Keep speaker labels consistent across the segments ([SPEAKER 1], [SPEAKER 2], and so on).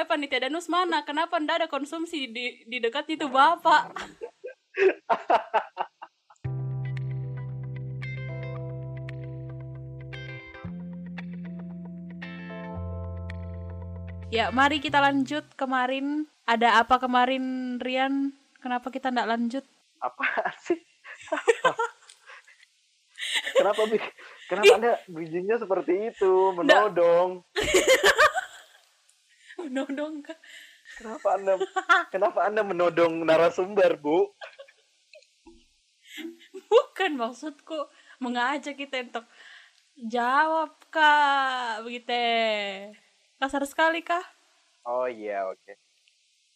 [SPEAKER 1] panitia danus mana? Kenapa ndak ada konsumsi di di dekat itu bapak? ya, mari kita lanjut kemarin. Ada apa kemarin, Rian? Kenapa kita ndak lanjut?
[SPEAKER 2] Apaan sih? Apa? kenapa bi- kenapa anda bridgingnya seperti itu menodong?
[SPEAKER 1] Nodong Kak.
[SPEAKER 2] Kenapa anda kenapa anda menodong narasumber bu?
[SPEAKER 1] Bukan maksudku mengajak kita untuk jawab kak begitu kasar sekali kah
[SPEAKER 2] Oh iya oke.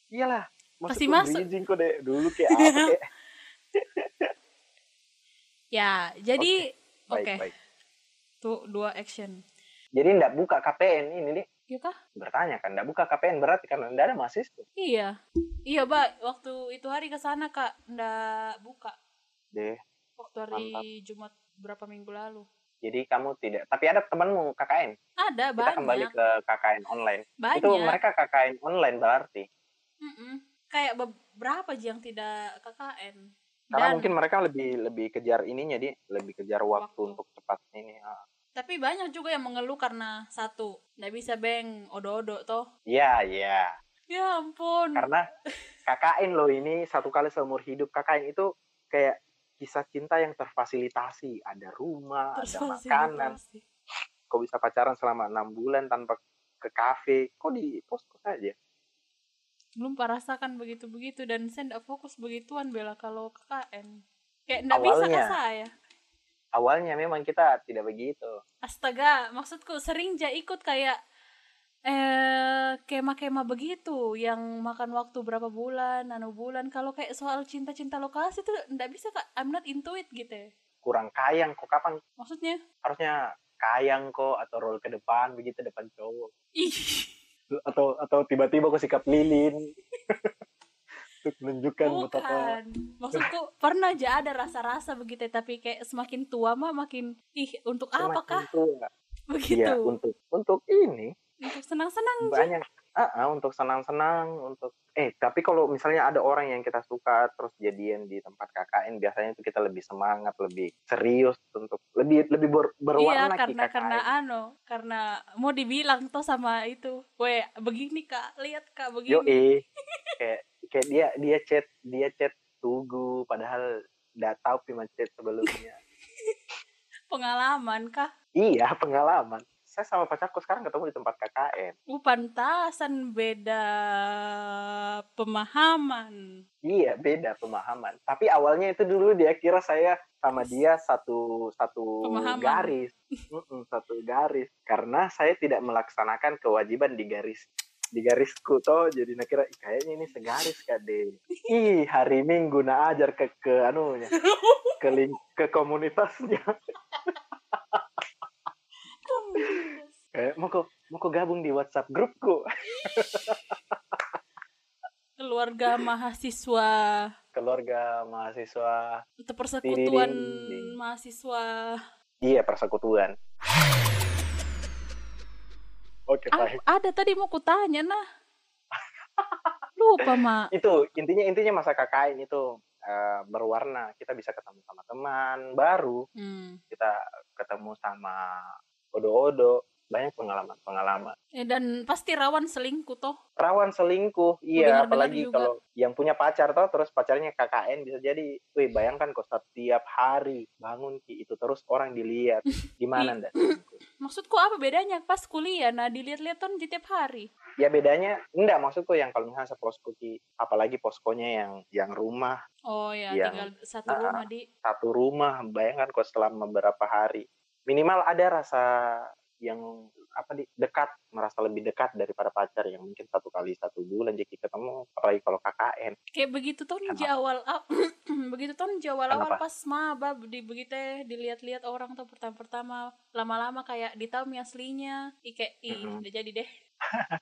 [SPEAKER 2] Iyalah.
[SPEAKER 1] Pasti masuk.
[SPEAKER 2] maksudku bridging kok deh dulu kayak apa kayak.
[SPEAKER 1] ya jadi oke
[SPEAKER 2] Baik baik.
[SPEAKER 1] tuh dua action
[SPEAKER 2] Jadi ndak buka KPN ini nih
[SPEAKER 1] iya kah
[SPEAKER 2] bertanya kan ndak buka KPN berarti karena ndak ada mahasiswa.
[SPEAKER 1] iya iya mbak waktu itu hari ke sana kak ndak buka
[SPEAKER 2] Deh.
[SPEAKER 1] waktu hari Jumat berapa minggu lalu
[SPEAKER 2] Jadi kamu tidak tapi ada temanmu KKN.
[SPEAKER 1] ada
[SPEAKER 2] Kita kembali
[SPEAKER 1] banyak
[SPEAKER 2] ke KKN online.
[SPEAKER 1] banyak
[SPEAKER 2] Itu mereka KKN online berarti.
[SPEAKER 1] Mm-mm. kayak beberapa sih yang tidak KKN
[SPEAKER 2] Karena
[SPEAKER 1] Dan-
[SPEAKER 2] mungkin mereka lebih lebih kejar ininya di lebih kejar waktu,
[SPEAKER 1] Waktu.
[SPEAKER 2] untuk cepat ini. ah.
[SPEAKER 1] tapi banyak juga yang mengeluh karena satu ndak bisa beng odo-odo toh
[SPEAKER 2] Iya, iya.
[SPEAKER 1] ya ampun
[SPEAKER 2] Karena KKN loh ini satu kali seumur hidup KKN itu kayak kisah cinta yang terfasilitasi. Ada rumah, ada
[SPEAKER 1] Terfasilitasi.
[SPEAKER 2] makanan. Kau bisa pacaran selama enam bulan tanpa ke kafe. Kok di posko saja?
[SPEAKER 1] belum parasakan begitu-begitu dan saya ndak fokus begituan bela kalau KKN kayak ndak bisa
[SPEAKER 2] Awalnya.
[SPEAKER 1] kah saya
[SPEAKER 2] Awalnya memang kita tidak begitu.
[SPEAKER 1] astaga maksudku sering ja ikut kayak eh kema-kema begitu yang makan waktu berapa bulan anu bulan kalau kayak soal cinta-cinta lokasi tuh ndak bisa kak I'm not into it gitu ya.
[SPEAKER 2] Kurang kayang kok kapan
[SPEAKER 1] maksudnya
[SPEAKER 2] harusnya kayang kok atau roll ke depan begitu depan cowok
[SPEAKER 1] ih
[SPEAKER 2] atau atau tiba-tiba kau sikap lilin untuk menunjukkan betapa
[SPEAKER 1] bukan maksudku pernah aja ada rasa-rasa begitu tapi kayak semakin tua mah makin ih untuk Ah, apakah gitu?
[SPEAKER 2] Semakin tua.
[SPEAKER 1] begitu
[SPEAKER 2] Iya, untuk untuk ini
[SPEAKER 1] untuk senang-senang aja.
[SPEAKER 2] banyak Ah, ah, untuk senang-senang untuk eh tapi kalau misalnya ada orang yang kita suka terus jadian di tempat KKN biasanya itu kita lebih semangat lebih serius untuk lebih lebih ber-
[SPEAKER 1] Iya
[SPEAKER 2] berwarna
[SPEAKER 1] karena
[SPEAKER 2] KKN.
[SPEAKER 1] karena ano karena mau dibilang tuh sama itu, we begini kak lihat kak begini.
[SPEAKER 2] Yoi. kayak kayak dia dia chat dia chat tugu padahal nggak tahu cuma chat sebelumnya
[SPEAKER 1] Pengalaman kah?
[SPEAKER 2] iya pengalaman saya sama pacarku sekarang ketemu di tempat KKN
[SPEAKER 1] Uh, pantasan beda pemahaman.
[SPEAKER 2] Iya, beda pemahaman. Tapi awalnya itu dulu dia kira saya sama dia satu satu
[SPEAKER 1] Pemahaman.
[SPEAKER 2] garis, Mm-mm, satu garis. Karena saya tidak melaksanakan kewajiban di garis di garisku toh jadi nak kira "Ih, kayaknya ini segaris kade ih hari minggu na ajar ke ke anunya ke ling- ke komunitasnya kayak mau kok mau kok gabung di WhatsApp grupku
[SPEAKER 1] Keluarga mahasiswa,
[SPEAKER 2] keluarga mahasiswa
[SPEAKER 1] itu persekutuan
[SPEAKER 2] Dididing.
[SPEAKER 1] mahasiswa.
[SPEAKER 2] iya persekutuan oke
[SPEAKER 1] Ah,
[SPEAKER 2] baik
[SPEAKER 1] ada tadi mau kutanya nah. Lupa mak.
[SPEAKER 2] itu intinya intinya masa KKN itu eh, berwarna kita bisa ketemu sama teman baru
[SPEAKER 1] Hmm.
[SPEAKER 2] kita ketemu sama odo-odo banyak pengalaman pengalaman
[SPEAKER 1] Eh, dan pasti rawan selingkuh toh.
[SPEAKER 2] rawan selingkuh iya
[SPEAKER 1] dengar-dengar
[SPEAKER 2] apalagi
[SPEAKER 1] juga.
[SPEAKER 2] kalau yang punya pacar toh terus pacarnya KKN bisa jadi wih bayangkan kok setiap hari bangun Ki, itu terus orang dilihat gimana ndak
[SPEAKER 1] Maksudku apa bedanya pas kuliah nah dilihat-lihat kan di tiap hari.
[SPEAKER 2] ya bedanya enggak maksudku yang kalau misalnya seposku Ki, apalagi poskonya yang yang rumah
[SPEAKER 1] Oh ya,
[SPEAKER 2] Iya.
[SPEAKER 1] tinggal satu
[SPEAKER 2] Nah,
[SPEAKER 1] rumah di
[SPEAKER 2] satu rumah bayangkan kok selama beberapa hari minimal ada rasa yang apa di dekat merasa lebih dekat daripada pacar yang mungkin satu kali satu bulan jadi ketemu apalagi kalau KKN
[SPEAKER 1] kayak begitu tuh nih
[SPEAKER 2] Kenapa?
[SPEAKER 1] di awal ah, begitu tahun Jawa awal
[SPEAKER 2] Kenapa?
[SPEAKER 1] pas maba di begitu ya, dilihat-lihat orang tuh pertama-pertama lama-lama kayak di tahun aslinya i kayak ih,
[SPEAKER 2] Mm-mm.
[SPEAKER 1] udah jadi deh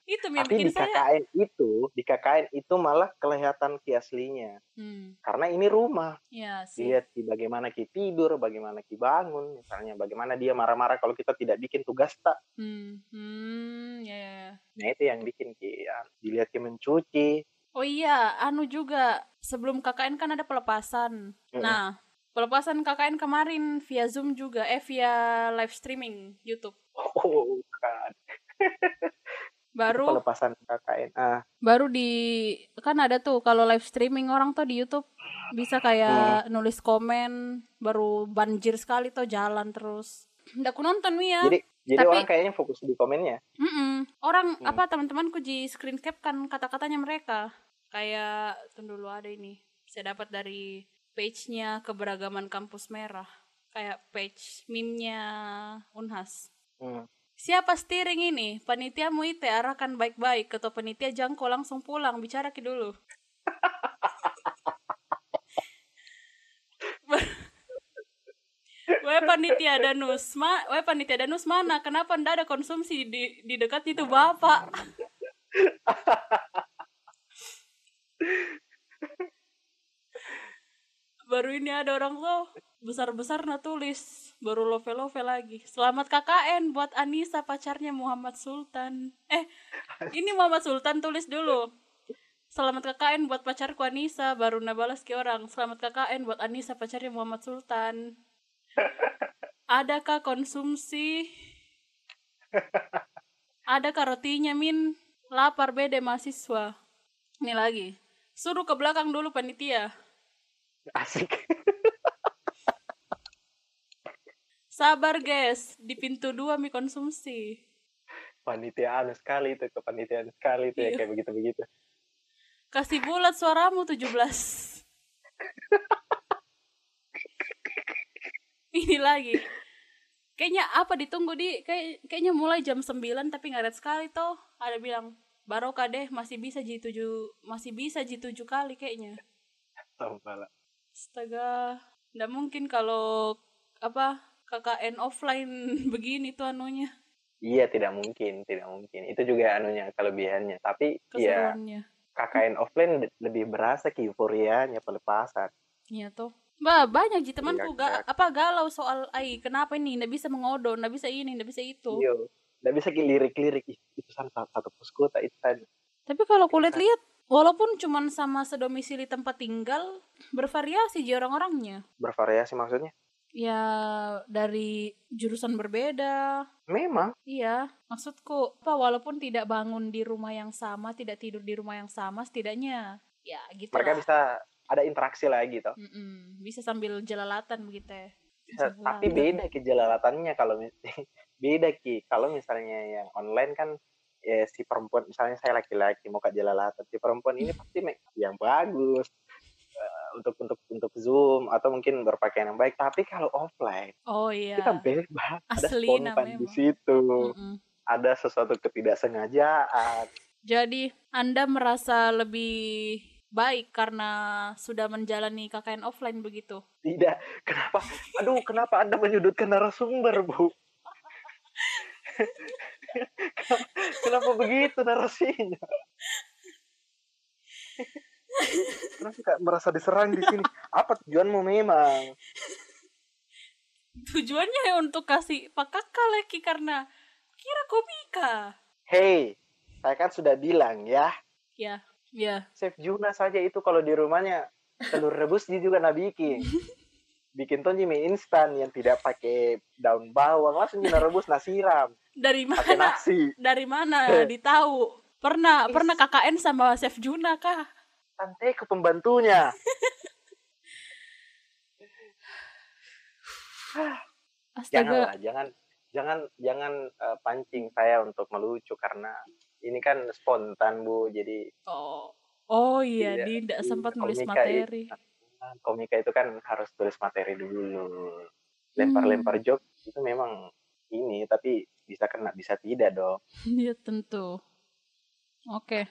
[SPEAKER 1] itu yang
[SPEAKER 2] Tapi
[SPEAKER 1] bikin
[SPEAKER 2] di
[SPEAKER 1] Ya, saya
[SPEAKER 2] KKN itu, di KKN itu malah kelihatan ki aslinya.
[SPEAKER 1] hmm,
[SPEAKER 2] Karena ini rumah.
[SPEAKER 1] ya sih
[SPEAKER 2] Lihat ki bagaimana ki tidur, bagaimana ki bangun, misalnya bagaimana dia marah-marah kalau kita tidak bikin tugas tak.
[SPEAKER 1] Hmm, hmm, ya, ya, ya.
[SPEAKER 2] Nah itu yang bikin ki ya. Dilihat ki mencuci.
[SPEAKER 1] Oh iya, anu juga sebelum KKN kan ada pelepasan.
[SPEAKER 2] Mm-mm.
[SPEAKER 1] Nah, pelepasan KKN kemarin via Zoom juga, eh via live streaming YouTube.
[SPEAKER 2] Oh, kan.
[SPEAKER 1] Baru
[SPEAKER 2] pelepasan KKN. Ah,
[SPEAKER 1] baru di kan ada tuh kalau live streaming orang tuh di YouTube bisa kayak nulis komen baru banjir sekali tuh jalan terus ndak ku nonton Mia
[SPEAKER 2] Jadi jadi
[SPEAKER 1] Tapi-
[SPEAKER 2] orang kayaknya fokus di komennya.
[SPEAKER 1] Mm-mm. orang
[SPEAKER 2] Hmm.
[SPEAKER 1] apa teman-temanku di screen cap kan kata-katanya mereka kayak tunggu dulu ada ini saya dapat dari page-nya keberagaman kampus merah kayak page meme-nya Unhas
[SPEAKER 2] Hmm.
[SPEAKER 1] Siapa steering ini? Panitia Muite arahkan baik-baik. Ketua penitia Jangko langsung pulang. Bicara ki dulu. Weh panitia Danus, ma, weh panitia Danus mana? Kenapa ndak ada konsumsi di, di dekat itu bapak? Baru ini ada orang tuh besar-besar nah tulis baru love-love lagi. Selamat KKN buat Anissa pacarnya Muhammad Sultan. Eh, ini Muhammad Sultan tulis dulu. Selamat KKN buat pacarku Anissa baru nabalas ke orang. Selamat KKN buat Anissa pacarnya Muhammad Sultan. Adakah konsumsi? Adakah rotinya Min? Lapar beda mahasiswa. Ini lagi. Suruh ke belakang dulu panitia.
[SPEAKER 2] Asik.
[SPEAKER 1] Sabar guys, di pintu dua mi konsumsi.
[SPEAKER 2] Panitiaan sekali itu, kepanitiaan sekali itu ya
[SPEAKER 1] Iya.
[SPEAKER 2] kayak begitu-begitu.
[SPEAKER 1] Kasih bulat suaramu 17. Ini lagi. Kayaknya apa ditunggu di kayak kayaknya mulai jam 9 tapi ngaret sekali toh. Ada bilang Barokah deh masih bisa J7 masih bisa J7 kali kayaknya.
[SPEAKER 2] Tambah lah.
[SPEAKER 1] Astaga, nggak mungkin kalau apa KKN offline begini tuh anunya
[SPEAKER 2] Iya, tidak mungkin, tidak mungkin. Itu juga anunya kelebihannya. Tapi ya
[SPEAKER 1] keseruannya.
[SPEAKER 2] KKN offline de- lebih berasa ke euforianya pelepasan.
[SPEAKER 1] Iya tuh. Mbak, banyak sih temanku ga,
[SPEAKER 2] Iya,
[SPEAKER 1] apa galau soal ai kenapa ini nggak bisa mengodon, nggak bisa ini, nggak bisa itu.
[SPEAKER 2] Iya. Nggak bisa ki lirik-lirik "Ih, itu sama satu posko tak itu kan tadi.
[SPEAKER 1] Tapi kalau
[SPEAKER 2] Iya,
[SPEAKER 1] kulit lihat walaupun cuman sama sedomisili tempat tinggal bervariasi sih orang-orangnya.
[SPEAKER 2] Bervariasi maksudnya.
[SPEAKER 1] Ya dari jurusan berbeda.
[SPEAKER 2] Memang
[SPEAKER 1] Iya, maksudku apa walaupun tidak bangun di rumah yang sama, tidak tidur di rumah yang sama setidaknya ya gitu
[SPEAKER 2] mereka bisa ada interaksi lagi toh.
[SPEAKER 1] bisa sambil jelalatan begitu. ya.
[SPEAKER 2] Bisa,
[SPEAKER 1] Sambil
[SPEAKER 2] tapi
[SPEAKER 1] jelalatan.
[SPEAKER 2] beda kejelalatannya kalau mis- beda ki kalau misalnya yang online kan ya, si perempuan misalnya saya laki-laki mau kejelalatan si perempuan ini pasti make up yang bagus eh, untuk untuk untuk zoom atau mungkin berpakaian yang baik tapi kalau offline
[SPEAKER 1] Oh iya.
[SPEAKER 2] kita bebas ada
[SPEAKER 1] Asli
[SPEAKER 2] spontan
[SPEAKER 1] namanya, Hmm.
[SPEAKER 2] di
[SPEAKER 1] Bang.
[SPEAKER 2] situ
[SPEAKER 1] Mm-mm.
[SPEAKER 2] ada sesuatu ketidaksengajaan
[SPEAKER 1] Jadi Anda merasa lebih baik karena sudah menjalani KKN offline begitu.
[SPEAKER 2] tidak kenapa aduh kenapa anda menyudutkan narasumber bu kenapa, kenapa begitu narasinya kenapa kayak merasa diserang di sini apa tujuanmu memang
[SPEAKER 1] Tujuannya ya untuk kasih pakaka lagi karena kira komika.
[SPEAKER 2] hey saya kan sudah bilang ya
[SPEAKER 1] Ya, ya.
[SPEAKER 2] Chef Juna saja itu kalau di rumahnya telur rebus dia juga nggak bikin bikin tuh mie instan yang tidak pakai daun bawang langsung dia rebus nasi siram
[SPEAKER 1] Dari
[SPEAKER 2] pakai
[SPEAKER 1] mana?
[SPEAKER 2] nasi
[SPEAKER 1] Dari mana ditahu? Pernah,
[SPEAKER 2] Is.
[SPEAKER 1] pernah KKN sama Chef Juna kah?
[SPEAKER 2] santai ke pembantunya
[SPEAKER 1] Astaga.
[SPEAKER 2] janganlah jangan jangan jangan eh, pancing saya untuk melucu karena ini kan spontan bu jadi
[SPEAKER 1] Oh. Oh iya,
[SPEAKER 2] Iya,
[SPEAKER 1] dia tidak
[SPEAKER 2] iya,
[SPEAKER 1] sempat nulis
[SPEAKER 2] komika
[SPEAKER 1] materi.
[SPEAKER 2] ah, komika itu kan harus tulis materi dulu lempar-lempar joke itu memang ini tapi bisa kena bisa tidak dong
[SPEAKER 1] Iya, tentu. Oke.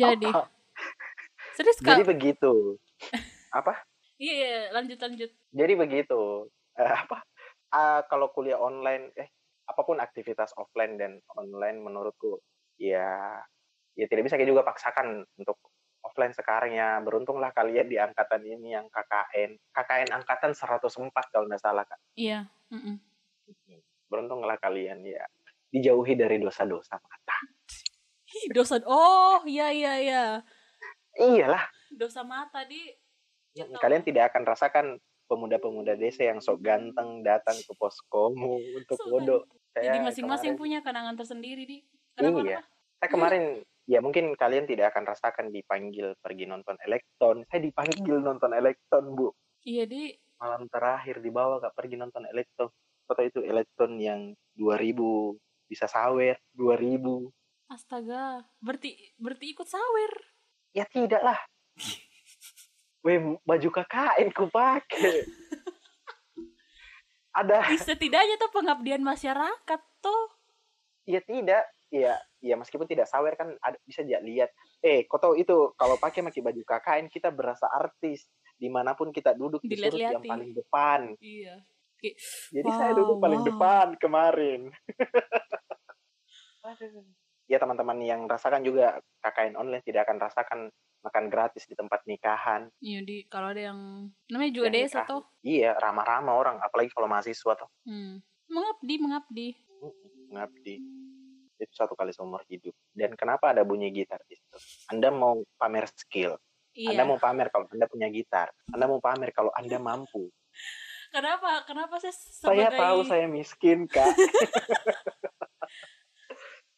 [SPEAKER 1] Jadi, serius
[SPEAKER 2] jadi
[SPEAKER 1] Kak?
[SPEAKER 2] begitu apa
[SPEAKER 1] Iya, iya, lanjut lanjut.
[SPEAKER 2] Jadi begitu. Eh, apa? Ah, kalau kuliah online, eh apapun aktivitas offline dan online menurutku ya ya tidak bisa kita juga paksakan untuk offline sekarang ya. Beruntunglah kalian di angkatan ini yang KKN. KKN angkatan 104 kalau nggak salah Kak.
[SPEAKER 1] Iya. mm-mm.
[SPEAKER 2] Beruntunglah kalian ya. Dijauhi dari dosa-dosa mata.
[SPEAKER 1] Ih, Dosa. Oh, iya iya iya.
[SPEAKER 2] Iyalah,
[SPEAKER 1] Dosa mata di
[SPEAKER 2] Mm,
[SPEAKER 1] Betul.
[SPEAKER 2] kalian tidak akan rasakan pemuda-pemuda desa yang sok ganteng datang ke poskomu untuk
[SPEAKER 1] Sok
[SPEAKER 2] bodoh.
[SPEAKER 1] jadi masing-masing punya kenangan tersendiri di.
[SPEAKER 2] Eh, Iya. Saya kemarin ya mungkin kalian tidak akan rasakan dipanggil pergi nonton Elekton. Saya dipanggil nonton Elekton, Bu.
[SPEAKER 1] Iya di.
[SPEAKER 2] Malam terakhir dibawa Kak pergi nonton Elekton. Foto itu Elekton yang 2000 bisa sawer 2000.
[SPEAKER 1] Astaga. Berarti berarti ikut sawer.
[SPEAKER 2] Ya tidak lah. Weh, baju KKN ku pakai. Ada
[SPEAKER 1] Ih, Setidaknya tuh pengabdian masyarakat tuh.
[SPEAKER 2] ya tidak ya ya meskipun tidak sawer kan ada, bisa aja lihat eh kau tahu itu kalau pakai pakai baju KKN kita berasa artis dimanapun kita duduk di surut yang
[SPEAKER 1] Dilihat-lihatin.
[SPEAKER 2] paling depan
[SPEAKER 1] Iya.
[SPEAKER 2] jadi saya duduk
[SPEAKER 1] Wow,
[SPEAKER 2] paling
[SPEAKER 1] wow.
[SPEAKER 2] depan kemarin ya teman-teman yang rasakan juga KKN online tidak akan rasakan makan gratis di tempat nikahan
[SPEAKER 1] Iya di. Kalau ada yang namanya juga
[SPEAKER 2] Yang
[SPEAKER 1] desa
[SPEAKER 2] nikahan.
[SPEAKER 1] tuh.
[SPEAKER 2] iya ramah-ramah orang apalagi kalau mahasiswa tuh
[SPEAKER 1] Hmm. Mengabdi mengabdi.
[SPEAKER 2] ngabdi itu satu kali seumur hidup dan kenapa ada bunyi gitar di situ anda mau pamer skill Anda
[SPEAKER 1] Iya.
[SPEAKER 2] mau pamer kalau Anda punya gitar. Anda mau pamer kalau Anda mampu.
[SPEAKER 1] Kenapa? Kenapa saya
[SPEAKER 2] Saya
[SPEAKER 1] sebagai
[SPEAKER 2] tahu saya miskin, Kak.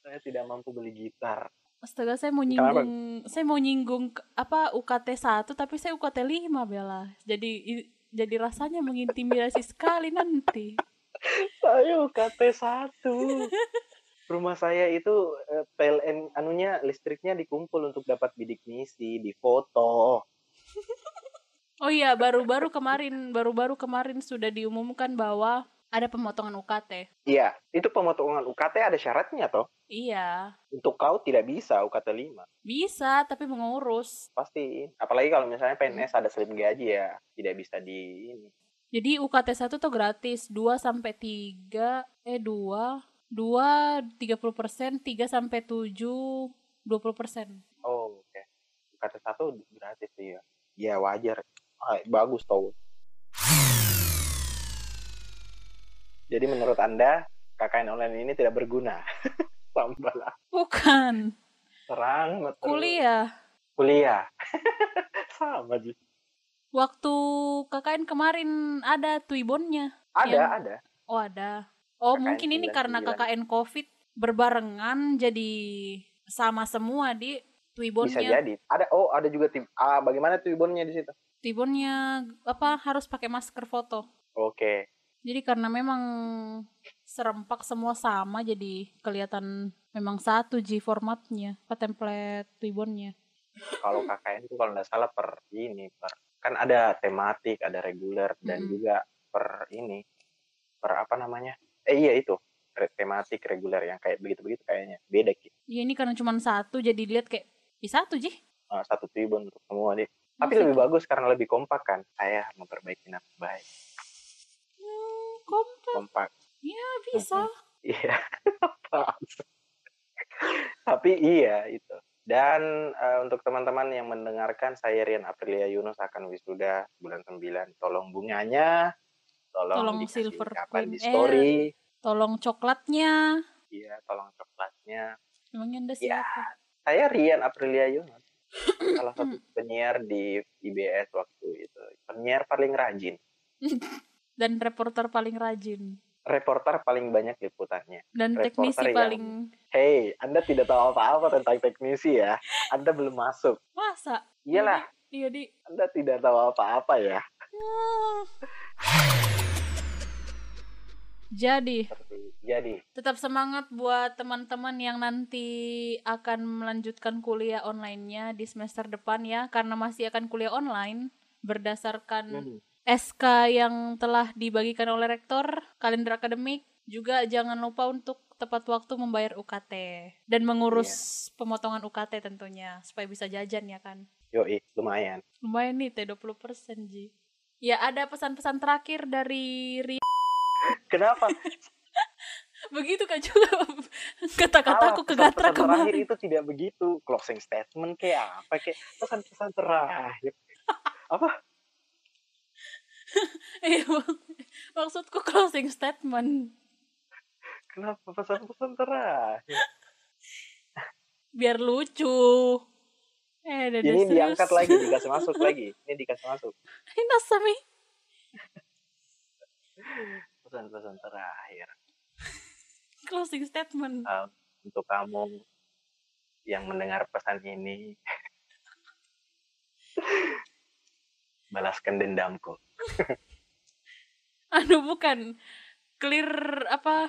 [SPEAKER 2] saya tidak mampu beli gitar.
[SPEAKER 1] Astaga, saya mau
[SPEAKER 2] Kenapa?
[SPEAKER 1] nyinggung, saya mau nyinggung ke- apa UKT 1 tapi saya UKT 5, Bella. Jadi i- jadi rasanya mengintimidasi sekali nanti.
[SPEAKER 2] Saya UKT 1. Rumah saya itu eh, PLN anunya listriknya dikumpul untuk dapat bidik misi, difoto.
[SPEAKER 1] Oh iya, baru-baru kemarin, baru-baru kemarin sudah diumumkan bahwa ada pemotongan UKT.
[SPEAKER 2] Iya, itu pemotongan UKT ada syaratnya toh.
[SPEAKER 1] Iya,
[SPEAKER 2] Untuk kau tidak bisa UKT 5.
[SPEAKER 1] bisa tapi mengurus.
[SPEAKER 2] Pasti. Apalagi kalau misalnya PNS ada slip gaji ya, tidak bisa di ini.
[SPEAKER 1] Jadi UKT 1 tuh gratis 2 sampai 3 eh 2 2 30%, 3 sampai 7 20%.
[SPEAKER 2] Oh, oke. Kata satu gratis sih ya. Ya wajar. Ah, bagus tau. Jadi menurut Anda KKN online ini tidak berguna. Tambahlah
[SPEAKER 1] Bukan
[SPEAKER 2] terang meterus.
[SPEAKER 1] kuliah.
[SPEAKER 2] Kuliah. Sama Ji.
[SPEAKER 1] Waktu KKN kemarin ada tuibonnya.
[SPEAKER 2] Ada,
[SPEAKER 1] Yang-
[SPEAKER 2] ada.
[SPEAKER 1] Oh ada. Oh
[SPEAKER 2] KKN
[SPEAKER 1] mungkin ini karena
[SPEAKER 2] 99.
[SPEAKER 1] KKN COVID berbarengan jadi sama semua di
[SPEAKER 2] Bisa
[SPEAKER 1] tuibonnya.
[SPEAKER 2] jadi. Ada oh, ada juga tim ah, bagaimana tuh ibonnya di situ?
[SPEAKER 1] Tuibonnya apa harus pakai masker foto.
[SPEAKER 2] Oke.
[SPEAKER 1] Jadi karena memang serempak semua sama jadi kelihatan memang satu G formatnya, apa template tuibonnya.
[SPEAKER 2] Kalau KKN itu kalau nggak salah per ini per kan ada tematik, ada reguler dan
[SPEAKER 1] Mm-mm.
[SPEAKER 2] juga per ini per apa namanya? Eh iya itu re- tematik reguler yang kayak begitu-begitu kayaknya beda gitu.
[SPEAKER 1] Ya ini karena cuma satu jadi dilihat kayak "Ih, satu Ji.
[SPEAKER 2] Eh, satu tribun untuk semua deh. Tapi
[SPEAKER 1] Masa
[SPEAKER 2] lebih
[SPEAKER 1] itu?
[SPEAKER 2] bagus karena lebih kompak kan. Saya memperbaiki nama baik
[SPEAKER 1] Hmm, kompak
[SPEAKER 2] kompak.
[SPEAKER 1] bisa.
[SPEAKER 2] Iya. Apaan sih? Tapi iya itu. Dan eh, untuk teman-teman yang mendengarkan saya Rian Aprilia Yunus akan wisuda bulan 9. Tolong bunganya, tolong,
[SPEAKER 1] Tolong
[SPEAKER 2] dikasih
[SPEAKER 1] Silver
[SPEAKER 2] ungkapan di
[SPEAKER 1] Queen. Eh,
[SPEAKER 2] story.
[SPEAKER 1] Tolong coklatnya.
[SPEAKER 2] Iya, tolong coklatnya.
[SPEAKER 1] Emangnya anda
[SPEAKER 2] Ya.
[SPEAKER 1] siapa?
[SPEAKER 2] Saya Rian Aprilia Yunus, salah satu penyiar di IBS waktu itu. Penyiar paling rajin,
[SPEAKER 1] Dan reporter paling rajin.
[SPEAKER 2] reporter paling banyak liputannya.
[SPEAKER 1] Dan
[SPEAKER 2] Reporter
[SPEAKER 1] teknisi
[SPEAKER 2] yang-
[SPEAKER 1] paling...
[SPEAKER 2] Hey, Anda tidak tahu apa-apa tentang teknisi ya. Anda belum masuk.
[SPEAKER 1] Masa?
[SPEAKER 2] Iyalah,
[SPEAKER 1] Iya, Di.
[SPEAKER 2] Anda tidak tahu apa-apa ya.
[SPEAKER 1] Hmm. Jadi,
[SPEAKER 2] Seperti- iya Jadi,
[SPEAKER 1] tetap semangat buat teman-teman yang nanti akan melanjutkan kuliah online-nya di semester depan ya. Karena masih akan kuliah online berdasarkan
[SPEAKER 2] hmm,
[SPEAKER 1] SK yang telah dibagikan oleh rektor, kalender akademik, juga jangan lupa untuk tepat waktu membayar UKT dan mengurus
[SPEAKER 2] Iya.
[SPEAKER 1] pemotongan UKT tentunya supaya bisa jajan ya kan.
[SPEAKER 2] yoi, lumayan.
[SPEAKER 1] Lumayan nih T20% Ji. Ya ada pesan-pesan terakhir dari Ri.
[SPEAKER 2] Kenapa?
[SPEAKER 1] Begitu kak juga kata-kataku
[SPEAKER 2] Salah, pesan-pesan
[SPEAKER 1] kegatrah
[SPEAKER 2] terakhir
[SPEAKER 1] kemarin.
[SPEAKER 2] itu tidak begitu. Closing statement kayak apa kayak pesan-pesan terakhir.
[SPEAKER 1] Iya, mak- maksudku closing statement.
[SPEAKER 2] Kenapa pesan-pesan terakhir?
[SPEAKER 1] Biar lucu. Eh, dada
[SPEAKER 2] Ini
[SPEAKER 1] serius.
[SPEAKER 2] diangkat lagi, dikasih masuk lagi. Ini dikasih masuk.
[SPEAKER 1] Ini sami.
[SPEAKER 2] Pesan-pesan terakhir
[SPEAKER 1] Closing statement.
[SPEAKER 2] um, untuk kamu yang mendengar pesan ini. Balaskan dendamku.
[SPEAKER 1] Aduh Anu, bukan. Clear apa?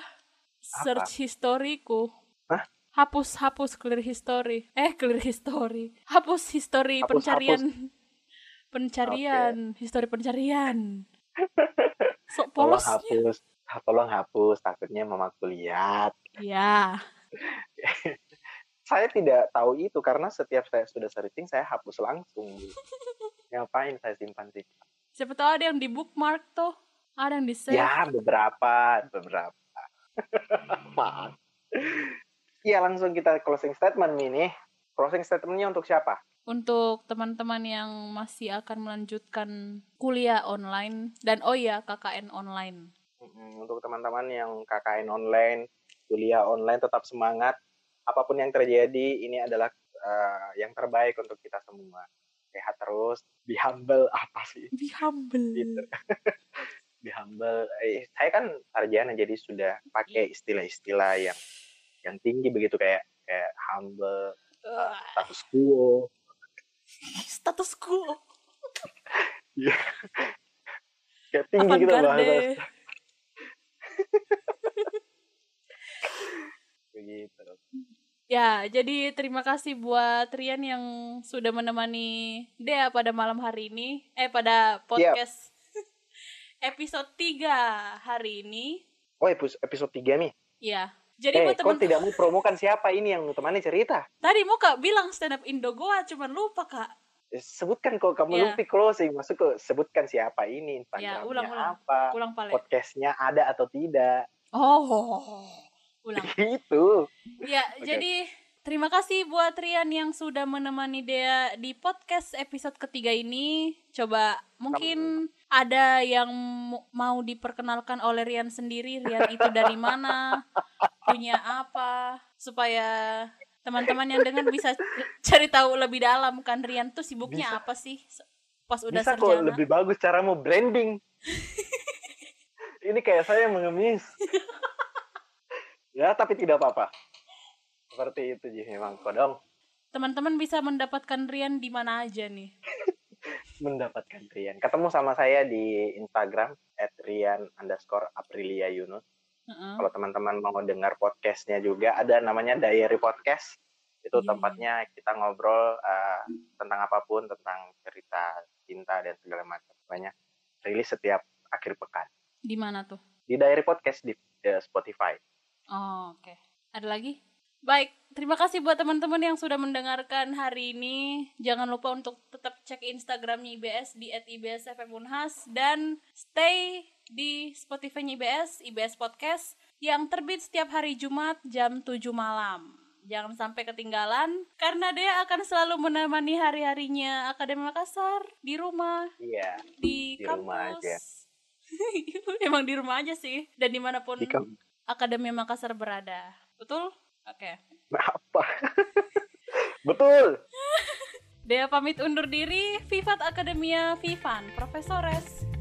[SPEAKER 1] Search historiku.
[SPEAKER 2] Hah?
[SPEAKER 1] Hapus hapus clear history. Eh clear history. Hapus history
[SPEAKER 2] Hapus,
[SPEAKER 1] pencarian. Pencarian, history pencarian. Sok
[SPEAKER 2] Tolong
[SPEAKER 1] polosnya.
[SPEAKER 2] hapus. Ah, Tolong hapus, takutnya mamaku lihat.
[SPEAKER 1] Ya,
[SPEAKER 2] saya tidak tahu itu karena setiap saya sudah searching saya hapus langsung ngapain saya simpan sih
[SPEAKER 1] siapa tahu ada yang di bookmark tuh. Ada yang di save.
[SPEAKER 2] ya beberapa beberapa maaf ya langsung kita closing statement ini closing statementnya untuk siapa
[SPEAKER 1] Untuk teman-teman yang masih akan melanjutkan kuliah online dan oh ya KKN online.
[SPEAKER 2] Mm, untuk teman-teman yang KKN online kuliah online tetap semangat apapun yang terjadi ini adalah eh, yang terbaik untuk kita semua sehat terus be humble apa sih
[SPEAKER 1] Be humble.
[SPEAKER 2] Gitu. di humble eh, saya kan sarjana jadi sudah pakai istilah-istilah yang yang tinggi begitu kayak kayak humble
[SPEAKER 1] Ah,
[SPEAKER 2] status quo
[SPEAKER 1] status quo.
[SPEAKER 2] kayak tinggi gitu bahasa
[SPEAKER 1] Avantgarde.
[SPEAKER 2] begitu
[SPEAKER 1] Ya, jadi terima kasih buat Rian yang sudah menemani Dea pada malam hari ini. Eh, pada podcast episode 3 hari ini.
[SPEAKER 2] oh epis- episode 3 nih
[SPEAKER 1] Ya. Jadi
[SPEAKER 2] eh
[SPEAKER 1] buat
[SPEAKER 2] kau
[SPEAKER 1] teman
[SPEAKER 2] tidak mau promokan siapa ini yang temannya cerita
[SPEAKER 1] tadi mau Kak bilang stand up Indo Goa cuman lupa Kak.
[SPEAKER 2] Eh, sebutkan kok kamu
[SPEAKER 1] Iya.
[SPEAKER 2] lupa closing maksud kok sebutkan siapa ini
[SPEAKER 1] Ya,
[SPEAKER 2] instagramnya
[SPEAKER 1] ulang, ulang.
[SPEAKER 2] apa
[SPEAKER 1] Ulang pale.
[SPEAKER 2] podcastnya ada atau tidak
[SPEAKER 1] Oh. Ulang.
[SPEAKER 2] gitu
[SPEAKER 1] Ya,
[SPEAKER 2] Oke.
[SPEAKER 1] jadi terima kasih buat Rian yang sudah menemani Dea di podcast episode ketiga ini. Coba mungkin ada yang mu- mau diperkenalkan oleh Rian sendiri. Rian itu dari mana? Punya apa? Supaya teman-teman yang dengar bisa cari tahu lebih dalam kan Rian tuh sibuknya
[SPEAKER 2] Bisa.
[SPEAKER 1] apa sih se- pas udah
[SPEAKER 2] bisa kok
[SPEAKER 1] sarjana?
[SPEAKER 2] lebih bagus caramu branding ini kayak saya mengemis ya tapi tidak apa-apa seperti itu sih memang kodong
[SPEAKER 1] Teman-teman bisa mendapatkan Rian di mana aja nih.
[SPEAKER 2] mendapatkan Rian ketemu sama saya di Instagram at Rian underscore Aprilia Yunus
[SPEAKER 1] Hmm. Heeh.
[SPEAKER 2] kalau teman-teman mau dengar podcastnya juga ada namanya Diary Podcast itu
[SPEAKER 1] Iya,
[SPEAKER 2] tempatnya kita ngobrol eh, tentang apapun tentang cerita cinta dan segala macam banyak rilis setiap akhir pekan
[SPEAKER 1] Di mana tuh?
[SPEAKER 2] di Diary Podcast di eh, Spotify.
[SPEAKER 1] Oh, oke. Ada lagi? Baik, terima kasih buat teman-teman yang sudah mendengarkan hari ini. Jangan lupa untuk tetap cek Instagramnya IBS di @ibsfmunhas dan stay di Spotify-nya IBS, IBS Podcast yang terbit setiap hari Jumat jam 7 malam. Jangan sampai ketinggalan karena dia akan selalu menemani hari-harinya Akademi Makassar di rumah,
[SPEAKER 2] Iya,
[SPEAKER 1] di,
[SPEAKER 2] Di
[SPEAKER 1] kampus.
[SPEAKER 2] rumah aja.
[SPEAKER 1] Emang di rumah aja sih dan dimanapun
[SPEAKER 2] di kamp-
[SPEAKER 1] Akademi Makassar berada. Betul? Oke.
[SPEAKER 2] apa? Betul.
[SPEAKER 1] Dea pamit undur diri. Vivat Akademia Vivan, Profesores.